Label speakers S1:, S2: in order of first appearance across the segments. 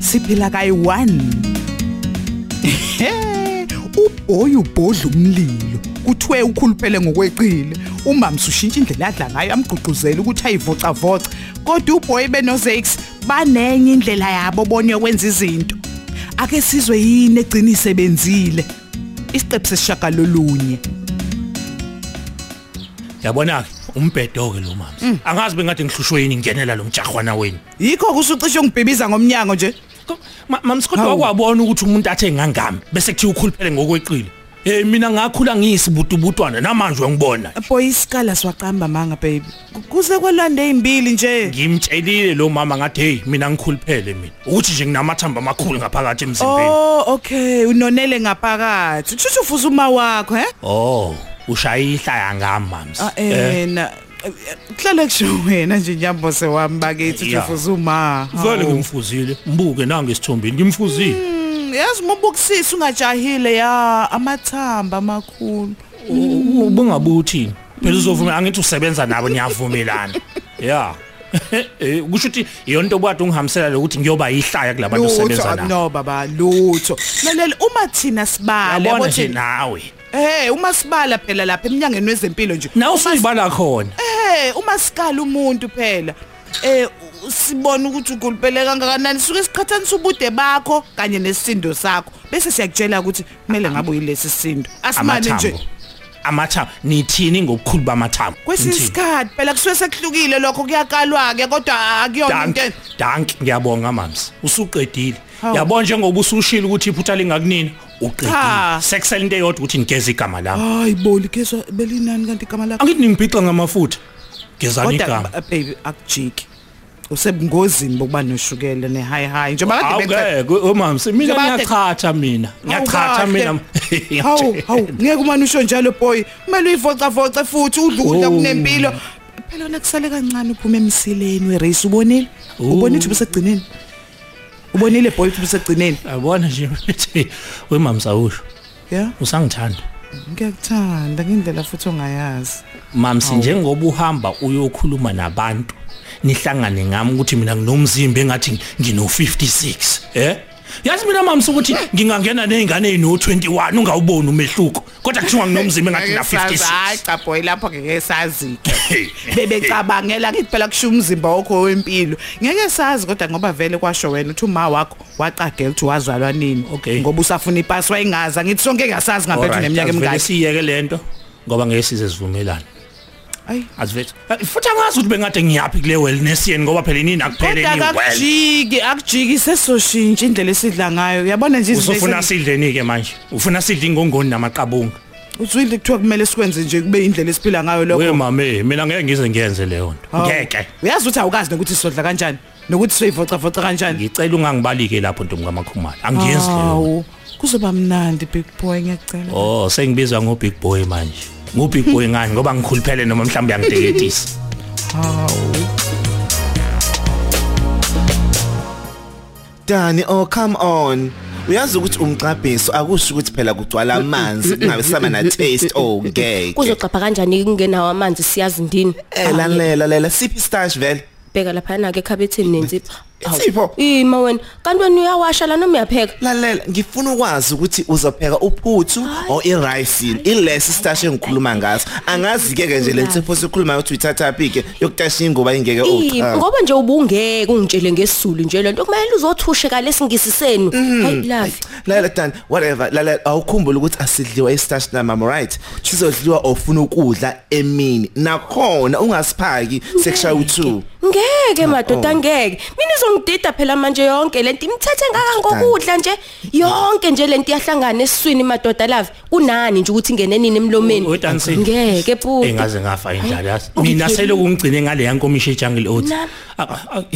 S1: siphila kayi 1 ubhoyu bodla umlilo kuthiwe ukhuluphele ngokweqile umamsu ushintsha indlela adla ngayo amgqugquzela ukuthi ayivoca voca kodwa ubhoyi benozex banenye indlela yabo bone yokwenza izinto ake sizwe yini egcina isebenzile isiqephu sesishagalolunye
S2: Yabona ke umbhedo ke lo mama. Angazi bengathi ngihlushwe yini ngingenela lo mjahwana wenu.
S1: yikho kusucishe ungibhibiza ngomnyango nje
S2: Mamsikhodo
S1: Hawu.
S2: wakwabona ukuthi umuntu athe ngangami bese kuthi ukhuluphele ngokweqile. Eh mina ngakhula ngiyisibutubutwana namanje ngibona.
S1: boy isikala siwaqamba manga baby kuze kwelande ezimbili nje
S2: Ngimtshelile lo mama ngathi hey mina ngikhuluphele mina. Ukuthi nje nginamathamba amakhulu ngaphakathi emzimbeni.
S1: Oh okay unonele ngaphakathi uthi ufuza uma wakho he
S2: Oh, ushayihla yangami mama. Eh,
S1: ena kuhlale kusho wena nje nyambose wami bakithi uthi
S2: Yeah.
S1: ufuza uma
S2: Vele ngimfuzile mbuke nange isithombeni ngimfuzile.
S1: Mm, yazi mobukisisa ungajahile ya amathamba amakhulu
S2: Ubungabuthi phela uzovuma angithi usebenza nabo niyavumelana. Yeah. Eh kusho ukuthi yonto obade ungihambisela lokuthi ngiyoba yihlaya kulabantu osebenza nabo.
S1: no baba lutho lalela uma thina sibala
S2: Yabona
S1: yabo
S2: nje
S1: thina
S2: nawe.
S1: eh uma sibala phela lapha eminyangeni wezempilo nje
S2: Nawe usuyibala khona.
S1: eh uma sikala umuntu phela eh u- sibona ukuthi ugulpele kangakanani suke siqhathanisa ubude bakho kanye nesisindo sakho bese siyakutshela ukuthi kumele ngabe uyilesi sisindo asimane nje
S2: Amathambo. Amathambo nithini ngokukhulu bamathambo?
S1: kwesinye
S2: Nithini?
S1: isikhathi phela kusuke sekuhlukile lokho kuyakalwa ke kodwa akuyona
S2: Dank,
S1: into en-
S2: dank ngiyabonga mams. Usuqedile.
S1: Hawu.
S2: Yabona njengoba usushila ukuthi iphutha lingakunini, uqedile.
S1: Cha.
S2: Sekusele into eyodwa ukuthi ngigeze igama lami.
S1: hayi boli kezwa belinani kanti igama lakho
S2: Angithi ningibhixa ngamafutha. Gezani igama.
S1: kodwa ba- baby akujiki usebungozini bokuba noshukela ne-high high njengoba kade bekuca-
S2: Awukeke umams oh, mina
S1: Njengoba kade-
S2: ngiyachatha mina. Ngiyachatha
S1: Hawu,
S2: mina.
S1: kahle. hawu hawu ngeke umane usho njalo boy kumele uyivocavoce futhi udle ukudla
S2: Oh.
S1: kunempilo phela wona kusale kancane uphuma emsileni wereyisi ubonile
S2: Oh.
S1: ubone ukuthi ubusegcineni ubonile boy ukuthi ubusegcineni
S2: Yabona nje ukuthi wemams awusho
S1: ya
S2: usangithanda.
S1: ngiyakuthanda ngendlela futhi ongayazi
S2: Mams njengoba uhamba uyokhuluma nabantu nihlangane ngami ukuthi mina nginomzimba engathi ngino 56 eh Yazi mina mams ukuthi ngingangena nezingane ezino 21 ungawuboni umehluko kodwa kuthiwa nginomzimba engathi na
S1: hayi
S2: 56
S1: cha boy lapho ngeke sazi bebecabangela ngithi phela kushiya umzimba wakho wempilo ngeke sazi kodwa ngoba vele kwasho wena uthi uma wakho waqagela ukuthi wazalwa nini
S2: Okay.
S1: ngoba usafuna ipasi wayingazi angithi sonke engasazi ngampethu neminyaka
S2: Alright,
S1: emingaki
S2: siyeke lento ngoba ngeke size sivumelane
S1: ayi
S2: asivethe Eh, futhi angazi ukuthi bengade ngiyaphi kule wellness yeni ngoba phela inini akuphele
S1: kodwa
S2: ni well
S1: akujiki akujiki sesoshintsha indlela esidla ngayo uyabona nje izinto
S2: usufuna
S1: ezi-
S2: sidleni ke manje ufuna sidle ingongoni namaqabunga
S1: uzwile kuthiwa kumele sikwenze nje kube indlela esiphila ngayo lokho
S2: we mame mina ngeke ngize ngiyenze leyo nto
S1: Hawu.
S2: ngeke
S1: uyazi ukuthi awukazi nokuthi sodla kanjani nokuthi soyivocavoca kanjani
S2: ngicela ungangibalike lapho ntombi kamakhumalo angiyenzi leyo
S1: Hawu, kuzoba mnandi big boy ngiyacela
S2: oh sengibizwa ngo big boy manje ngu big boy ngani ngoba ngikhuluphele noma mhlawumbe uyangiteketisa
S1: hawu
S3: Dani oh come on uyazi ukuthi umcabhiso akusho ukuthi phela kugcwala amanzi kungabesana na taste oh ngeke
S4: Kuzoqapha kanjani kungenawo amanzi siyazi ndini?
S3: Eh, elalela lela siphi stash vele
S4: Bheka lapha na ke khabethini nenzipho.
S3: Eh,
S4: Hawu.
S3: Insipho?
S4: Ima wena, kanti wena uyawasha la noma uyapheka?
S3: lalela ngifuna ukwazi ukuthi uzopheka uphuthu or irice yini ilesi stash engikhuluma ngaso angazi ke ke nje lensipho sikhuluma ukuthi uyithatha phi ke yokutasha ingoba ingeke
S4: Ii,
S3: uthi ah.
S4: ngoba nje ubungeke ungitshele ngesizulu nje lento kumele uzothushe ka lesingisisenu.
S3: Mm,
S4: Hayi love.
S3: lalela dani whatever lalela awukhumbula ukuthi asidliwa istash namama right sizodliwa ofuna ukudla emini nakhona ungasiphaki sekushaye u2
S4: Ngeke
S3: oh.
S4: madoda ngeke. Mina izongidida phela manje yonke lento imthethe ngaka ngokudla nje. Yonke nje lento iyahlangana esiswini madoda love. Kunani nje ukuthi ingene nini emlomeni?
S2: Wedansile.
S4: Ngeke puti.
S2: engaze Eh, ngafa indlala yazi
S4: Hayi,
S2: mina
S4: ungiphelile.
S2: seloku ngigcine ngale yankomisha ejungle oats
S4: Nami.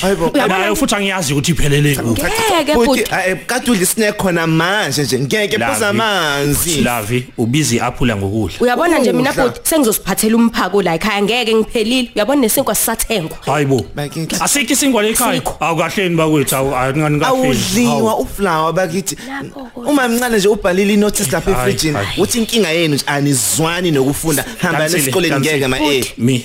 S3: Hayibo.
S2: Ah, nayo futhi angiyazi ukuthi iphelele kuphi
S4: Ngeke
S3: Futhi
S4: puti.
S3: hayi kade udlisine khona manje nje ngeke phuza
S2: Lavi.
S3: amanzi
S2: lavi ubiza iaphula ngokudla
S4: Uyabona nje mina
S3: Ukudla.
S4: bhuti sengizosiphathela umphako la ekhaya ngeke ngiphelile uyabona nesinkwa sisathengwa
S2: hayibo
S3: Maki-
S2: asikho isinkwa lekhaya
S4: Asikho.
S2: awukahleni bakwethu awu- angani kahleni.
S3: awudliwa
S2: Hawu.
S3: uflower bakithi
S4: Lapho kodwa.
S3: uma mncane nje ubhalile inotice lapha
S2: Hayi,
S3: efrijini
S2: hayi.
S3: uthi inkinga yenu nje anizwani nokufunda hamba
S2: Dansile,
S3: nesikoleni
S2: dansile.
S3: ngeke ma eh
S2: me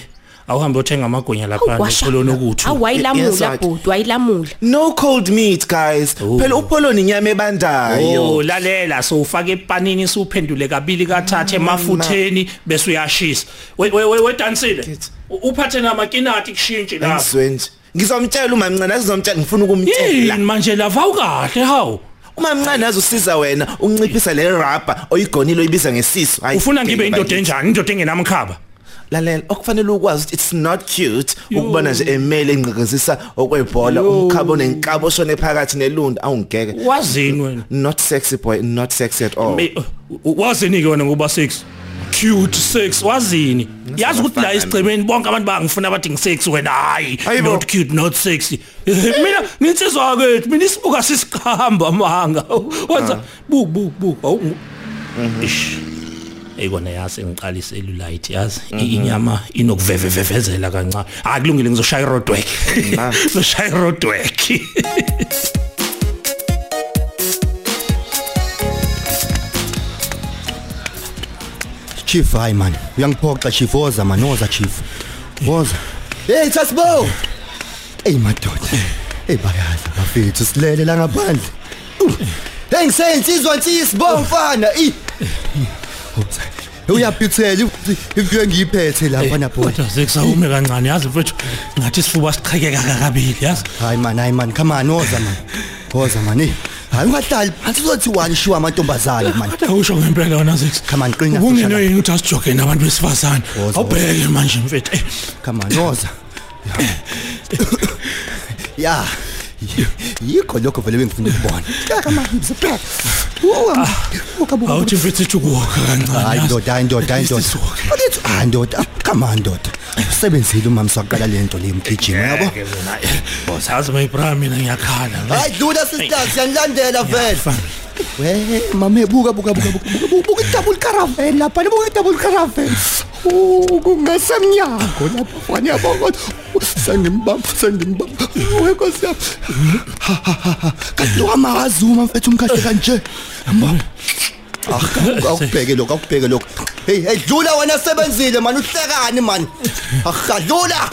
S2: awuhambe othenga amagwinya lapha epholoni ukuthi
S3: Yes,
S4: awayilamula
S3: right.
S4: bhuti wayilamula
S3: no cold meat guys phela upholoni inyama ebandayo
S2: Oh lalela so ufake epanini suphendule kabili kathathe
S3: Mm,
S2: emafutheni bese uyashisa we we we- wedansile
S3: Kids.
S2: U- uphathe namakinati kushintshe lapha
S3: ngizwe nje ngizomtshela umama ncane azizomtshela ngifuna
S2: yini
S3: ukumtshela
S2: manje lava ukahle hawu
S3: umama ncane azosiza wena unciphisa le rubber oyigonile oyibiza ngesiso Hhayi,
S2: ufuna ngibe
S3: bheki,
S2: indoda
S3: bakithi.
S2: enjani indoda engenamkhaba
S3: lalela okufanele ukwazi ukuthi it's not cute
S2: Yo.
S3: ukubona nje emele engqekezisa okwebhola umkhabo nenkabo oshone phakathi nelunda awungeke
S2: wazini wena
S3: not sexy boy not sexy at all
S2: Me- u- u- wazini ke wena ngoba 6 cute sex wazini yazi ukuthi la
S3: abafana.
S2: isigcemeni bonke abantu bangifuna bathi ngisex wena hayi
S3: Hayibo.
S2: not cute not sexy Eh, mina ninsizwa kwethu mina isibuka sisiqhamba manga wenza bu bu bu awu ish eyikona yase ngiqalise elulite yazi i- inyama inokuvevevezela kancane ha kulungile ngizoshaya roadwork ngizoshaya roadwork
S5: chief hayi man uyangiphoxa chief woza man woza chief woza hey thasibo hey madoda hey bayazi bafethu silele la ngaphandle Uh, hey ngisensizwa nsizbo mfana i Woza, uyaphithela ifike ngiyiphethe lapha naphola
S2: sekusawume kancane yazi mfethu ngathi sifuba siqhekeka kakabili yazi
S5: hayi man hayi man come on woza man woza man eh. hayi ungahlali phansi uzothi wani shiwa amantombazane man
S2: kodwa usho ngempela wona six
S5: Come on, qina,
S2: ubungeno
S5: Soshangazi.
S2: yini ukuthi asijoge nabantu besifazane
S5: Woza,
S2: awubheke manje mfethu Eh,
S5: Come on, Rosa. Ya. Yikho lokho vele bengifuna ukubona. Kaka mahibs back. Uwa. Ukabu.
S2: awuthi mfethu sijukuka
S5: Hayi
S2: kancane
S5: ndoda, hayi ndoda, hayi ndoda.
S2: Isizwe.
S5: Ulithi hayi ndoda. Come on ndoda. Usebenzile umamsa waqala lento le mgijima yabo.
S2: sazi my bra mina ngiyakhala
S5: Hayi dlula sisters yanilandela vele.
S2: Fana.
S5: We mama ebuka buka buka buka buka, buka buka double caravan lapha buka double caravan. Oh kungasemnyako lapha fani yabo kodwa sengimbamba sengimbamba we Nkosi yami. Ha, ha, ha, ha. Kanti wamazuma mfethu umkahle kanje. Mbona? Ah, akubheke lokho akubheke lokho. Hey hey dlula wena sebenzile man uhlekani Ah, man. Akadlula.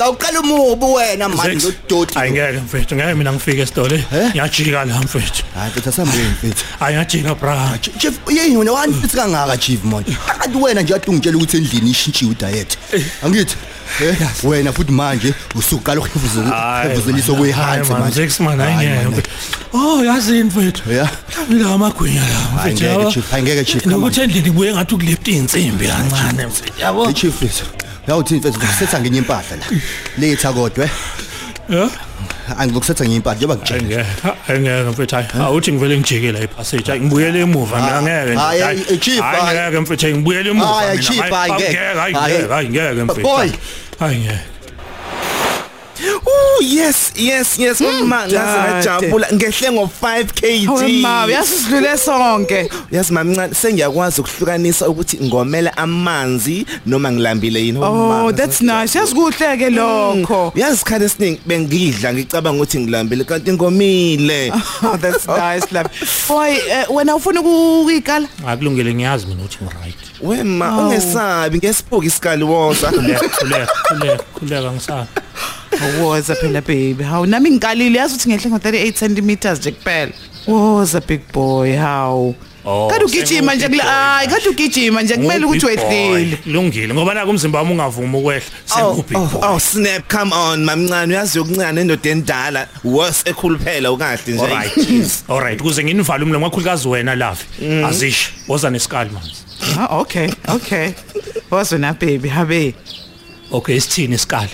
S5: Awuqala umubu wena man
S2: Six.
S5: lodoti.
S2: Hayi ngeke mfethu ngeke mina ngifike esitole
S5: Eh?
S2: ngiyajika la mfethu
S5: Hayi kodwa sambeni mfethu.
S2: hayi ngiyajika bra
S5: Ch- Chief yini wena wani
S2: Mm.
S5: futhi kangaka chief man kanti wena nje ade ungitshela ukuthi endlini ishintshiwe diet angithi eh wena futhi manje usuqala ukuhivuzela ukuhivuzelisa kuyihansi manje
S2: six man hayi
S5: Hayi, man,
S2: ngeke oh yazini mfethu
S5: Yeah.
S2: mina amagwinya la
S5: Hayi,
S2: mfethu
S5: ngeke,
S2: yabo.
S5: Chief, hayi, ngeke, Chief, come on.
S2: nokuthi endlini kuye ngathi ukulepta insimbi kancane mfethu yabo
S5: hey, chief mfethu uyawuthini mfethu ngisetha ngenye impahla la letha kodwa eh
S2: Yeah?
S5: angikusetha ngenye impahla njengoba
S2: Hayi
S5: ngitshela
S2: ngeke, hayi ngeke mfethu hayi. Awuthi ngivele ngijike la ipassage. Hayi ngibuyele emuva mina
S5: Ah,
S2: ngeke. nje,
S5: hayi, eh, chief,
S2: hayi
S5: hayi.
S2: ngeke mfethu hayi ngibuyele emuva.
S5: Hayi,
S2: mina,
S5: chief, hayi, ngeke.
S2: Hayi
S5: Hayi.
S2: ngeke, hayi ngeke mfethu.
S5: Boy.
S2: Hayi ngeke.
S3: oh yes yes
S1: Hmm,
S3: yes mama
S1: Dade.
S3: ngazajabula ngehle ngo 5
S1: Hawe ma
S3: kg
S1: uyasisidlule sonke.
S3: yazi mama ncane sengiyakwazi ukuhlukanisa ukuthi ngomela amanzi noma ngilambile yini
S1: Oh that's nice. Yasikuhle ke lokho.
S3: uyazikhanda esiningi bengidla ngicabanga ukuthi ngilambile kanti ngomile
S1: Oh that's nice love. Boy eh, wena ufuna ukuyikala?
S2: Akulungile ngiyazi mina ukuthi ngiright.
S3: wema
S1: Oh.
S3: ungesabi ngesibuki isikali woza
S2: Khuleka, khuleka, khuleka, khuleka ngisana.
S1: Woza phela baby. Hawu nami ngikalile yazi ukuthi ngehle ngo 38 cm nje kuphela. Woza big boy hawu.
S2: Oh,
S1: Kanti ugijima nje
S2: sengu-big
S1: kula
S2: boy
S1: hayi
S2: manje.
S1: kanti ugijima nje kumele ukuthi
S2: Ngubig boy.
S1: wehlile.
S2: Kulungile ngoba naku umzimba wami ungavumi ukwehla.
S3: Oh,
S2: Sengubhi.
S3: oh, oh snap come on mamncane uyazi yokuncane nendoda endala worse ekhuluphela ukahle nje
S2: Alright. yes. Alright, kuze nginivale umlomo ngakhulukazi wena lavi. Azisho, woza nesikali manje.
S1: Ah okay okay. Woza na baby habe.
S2: Okay, sithini isikali?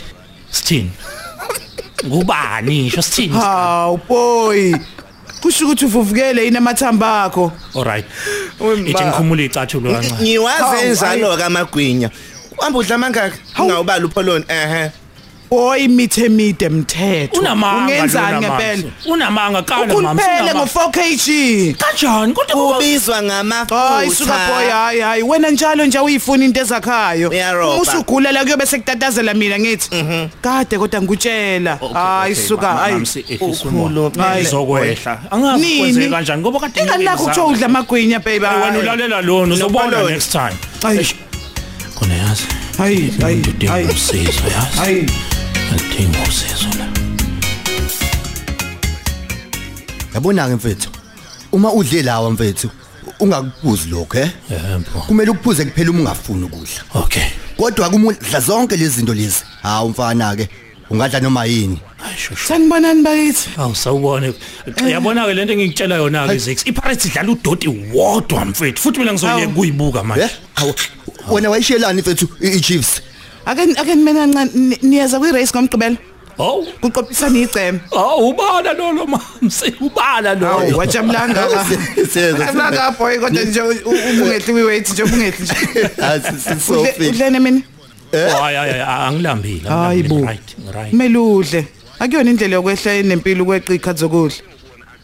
S2: Sithini? Ngubani ngisho sithini? isikali?
S1: Hawu boy. Kusho ukuthi uvuvukele yini amathamba akho?
S2: Alright. Ithi ngikhumule icathulo kancane.
S3: ngiwazi
S1: Hawu,
S3: enjalo kamagwinya uhamba udla mangaka ungawubali upholoni ehe
S1: Boy mithe mide mthetho.
S2: Unamanga
S1: ungenzani
S2: lona
S1: ngempela?
S2: mama. Unamanga kana mama.
S1: Ukuphele ngo4 kg.
S2: kanjani kodwa ngoba
S3: ubizwa
S1: Hayi suka boy
S3: ngamafutha
S1: hayi hayi wena njalo nje uyifuna into ezakhayo.
S3: Uyarobha.
S1: Usugula la kuyobe sekutatazela mina ngithi. Kade kodwa ngikutshela. Hayi suka hayi. Hayi.
S2: eh, ukhuluphela. Eh, Angazi kwenze kanjani ngoba kade
S1: Ingani lakho
S2: ngiyizama.
S1: utho udla amagwinya baby.
S2: Eh, Wena
S1: hhayi.
S2: ulalela lona uzobona
S3: Nopoloni.
S2: next time.
S1: Hayi.
S2: Eish. Khona yazi.
S1: Hayi, hayi, hayi.
S2: ngidinga usizo yazi
S1: Hayi.
S2: ngidinga usizo la
S5: yabona-ke mfethu uma udle lawa mfethu ungakuphuzi lokho eh
S2: yebo
S5: kumele ukuphuze kuphela uma ungafuni ukudla
S2: okay
S5: kodwa kumuntu dla zonke lezi zinto lezi hawu mfana ke ungadla noma yini
S2: ayishushu
S1: Sanibonani bakithi.
S2: awusawubone yabona ke lento engikutshela yona ke Zix iPirates idlala udoti wodwa mfethu futhi mina ngizoyeka
S1: Hawu.
S2: kuyibuka
S5: eh
S2: manje
S5: hawu wena wayishelani mfethu i-chiefs
S1: Ake ake nimena ncane niyaza kwi race ngomgqibelo.
S2: oh
S1: Kuqophisana icema.
S2: oh ubala lo lo mamsi ubala
S1: Hawu
S2: lo Oh,
S1: wajabulanga. Wajabulanga boy kodwa nje u- u- ubungehli kwi weight nje ubungehli nje.
S5: Ah,
S1: Udle-
S5: sisofile
S1: Udlene mina.
S2: hayi hayi angilambile
S1: Hayi
S2: angilambile.
S1: bo.
S2: right right
S1: Kumele udle. Akuyona indlela yokwehla enempilo ukweqa ikhathi zokudla.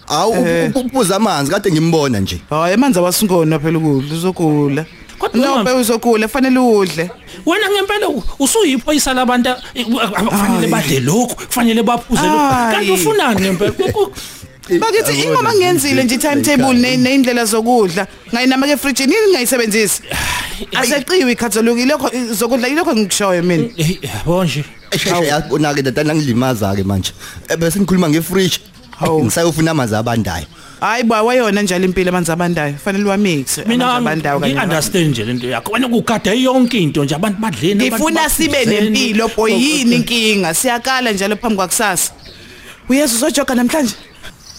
S5: hawu
S1: Eh.
S5: uphuza amanzi kade ngimbona nje
S1: Hayi amanzi awasingona phela ukudla uzogula.
S2: Kodwa
S1: Nobe
S2: mama-
S1: uzogula fanele udle.
S2: wena ngempela u- usuyiphoyisa labantu a- abafanele
S1: Ayi.
S2: badle lokhu kufanele baphuze lokhu kanti
S1: Ayi.
S2: ufunani ngempela Ku- ku-
S1: Bakithi ingoma ngiyenzile nje timetable ne- neindlela zokudla. Ngayinama ke fridge yini ngayisebenzisi. Aseqiwe ikhathologi lokho zokudla ilokho ngikushoyo mina.
S2: Hey, eh, yabo nje
S5: esheshe yabona-ke dadana ngilimaza-ke manje Eh, bese ngikhuluma ngefridge
S1: Hawu.
S5: ngisayofuna amanzi abandayo
S1: Hayi bo wayona njalo impilo amanzi abandayo fanele wa mix
S2: mina
S1: abandayo
S2: ngi-understand nje lento yakho wena kugada yonke into nje abantu badleni abantu
S1: ngifuna sibe
S2: baphuzeni. Oh,
S1: nempilo boyini inkinga siyakala njalo phambi kwakusasa uyeza uzojoga namhlanje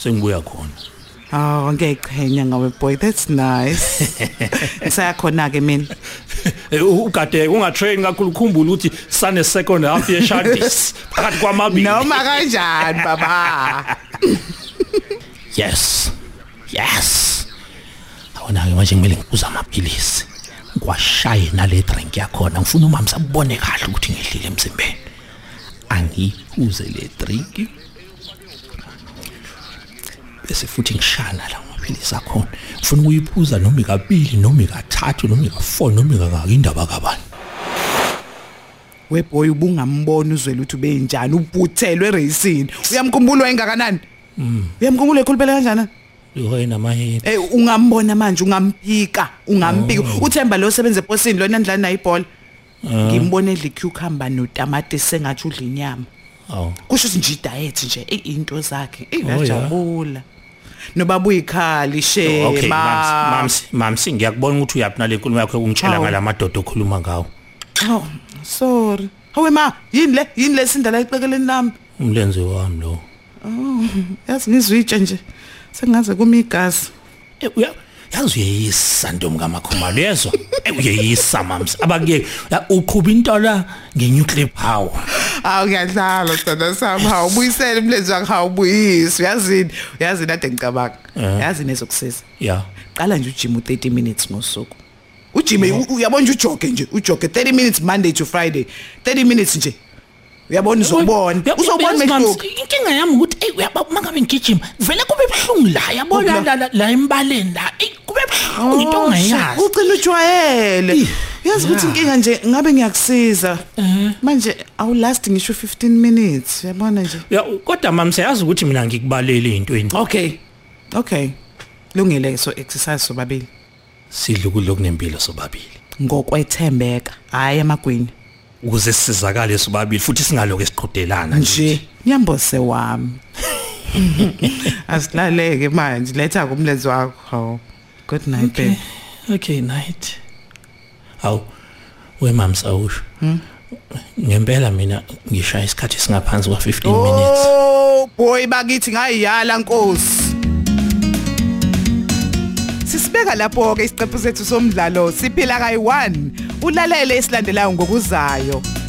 S2: sengibuya khona
S1: hawu angiyaqhenya Oh, ngawe boy that's nice ngisayakhona ke mina
S2: Eh, u- ugadeke ungatrain kakhulu ukhumbula ukuthi sane-second half yeshadis phakathi kwamabili
S1: noma kanjani baba
S2: yes yes awona-ke manje kumele ngiphuza amaphilisi ngiwashaye nale drink yakhona ngifuna umama sabone kahle ukuthi ngehlile emzimbeni angiyiphuze le drink bese futhi ngishana la amaphilisi akhona ngifuna ukuyiphuza noma ikabili noma ikathathu noma ika-four noma ikakaka indaba kabani
S1: weboy ubungamboni uzwele ukuthi ubenjani ubuthelwe eracini uyamkhumbula wayengakanani
S2: Mm.
S1: uyamkhumbula ekhulupele kanjani
S2: yoyenamahini
S1: Eh ungambona manje ungamphika, ungampika.
S2: Oh.
S1: Uthemba lo sebenze eposini lona ndlala nayo ibhola.
S2: Ah.
S1: Ngimbone edla icucumber notamati sengathi udla inyama.
S2: aw
S1: Kusho ukuthi nje diet nje eh, into zakhe
S2: Oh, yeah. Oh,
S1: ingajabula. Nobabuya ikhali
S2: okay
S1: shema.
S2: mamsi mamsi ngiyakubona ukuthi uyaphi nale nkulumo yakho ukungitshela
S1: Hawu.
S2: ngala madoda okhuluma ngawo
S1: Oh, sorry. Hawe ma, yini le? Yini le sindala iqekeleni nami?
S2: umlenze wami lo
S1: Yazi ngizwitshe nje. Sengaze kuma igazi.
S2: Eh, uya- yazi uyeyisa ntombi kamakhumalo yezwa Eh, uyeyisa mamsi abakuyeki Ya, uqhuba into la nge-nuclear power
S1: Awu ngiyadlala sithanda sami hawu buyisele umlenzi wakho hawu buyisi uyazini uyazini ade ngicabanga uyazini ezokusiza
S2: ya
S1: qala nje ujime u30 minutes ngosuku ujime u- uyabona nje ujoge nje ujoge 30 minutes monday to friday 30 minutes nje uyabona uzobona
S2: Uya-
S1: uzobona
S2: uyazi, Mamsi,
S1: mehluko
S2: inkinga yami ukuthi eyi uyaba- uma ngabe ngigijima vele kube buhlungu la yabona
S1: Ukula.
S2: la- la- la embaleni la eyi kube buhlungu into ongayazi
S1: ucina Oh, ujwayele uyazi ukuthi inkinga nje ngabe ngiyakusiza manje awulast ngisho 15 minutes uyabona nje
S2: Ya, kodwa mamsi yazi ukuthi mina ngikubalele ey'ntweni
S1: okay okay lungile so exercise sobabili
S2: sidle ukudla okunempilo sobabili
S1: ngokwethembeka hayi amagwini
S2: ukuze sisizakale sobabili futhi singaloke siqhudelana
S1: nje nyambose wami asilaleke manje letha kumlenzi wakho hawu good night okay. babe
S2: okay night awu wemamsa usho ngempela mina ngishaya isikhathi singaphansi kwa-15 minutes
S1: oh boy bakithi ngayiyala nkosi sisibeka lapho ke isiqephu sethu somdlalo siphila kayi 1 ulalele esilandelayo ngokuzayo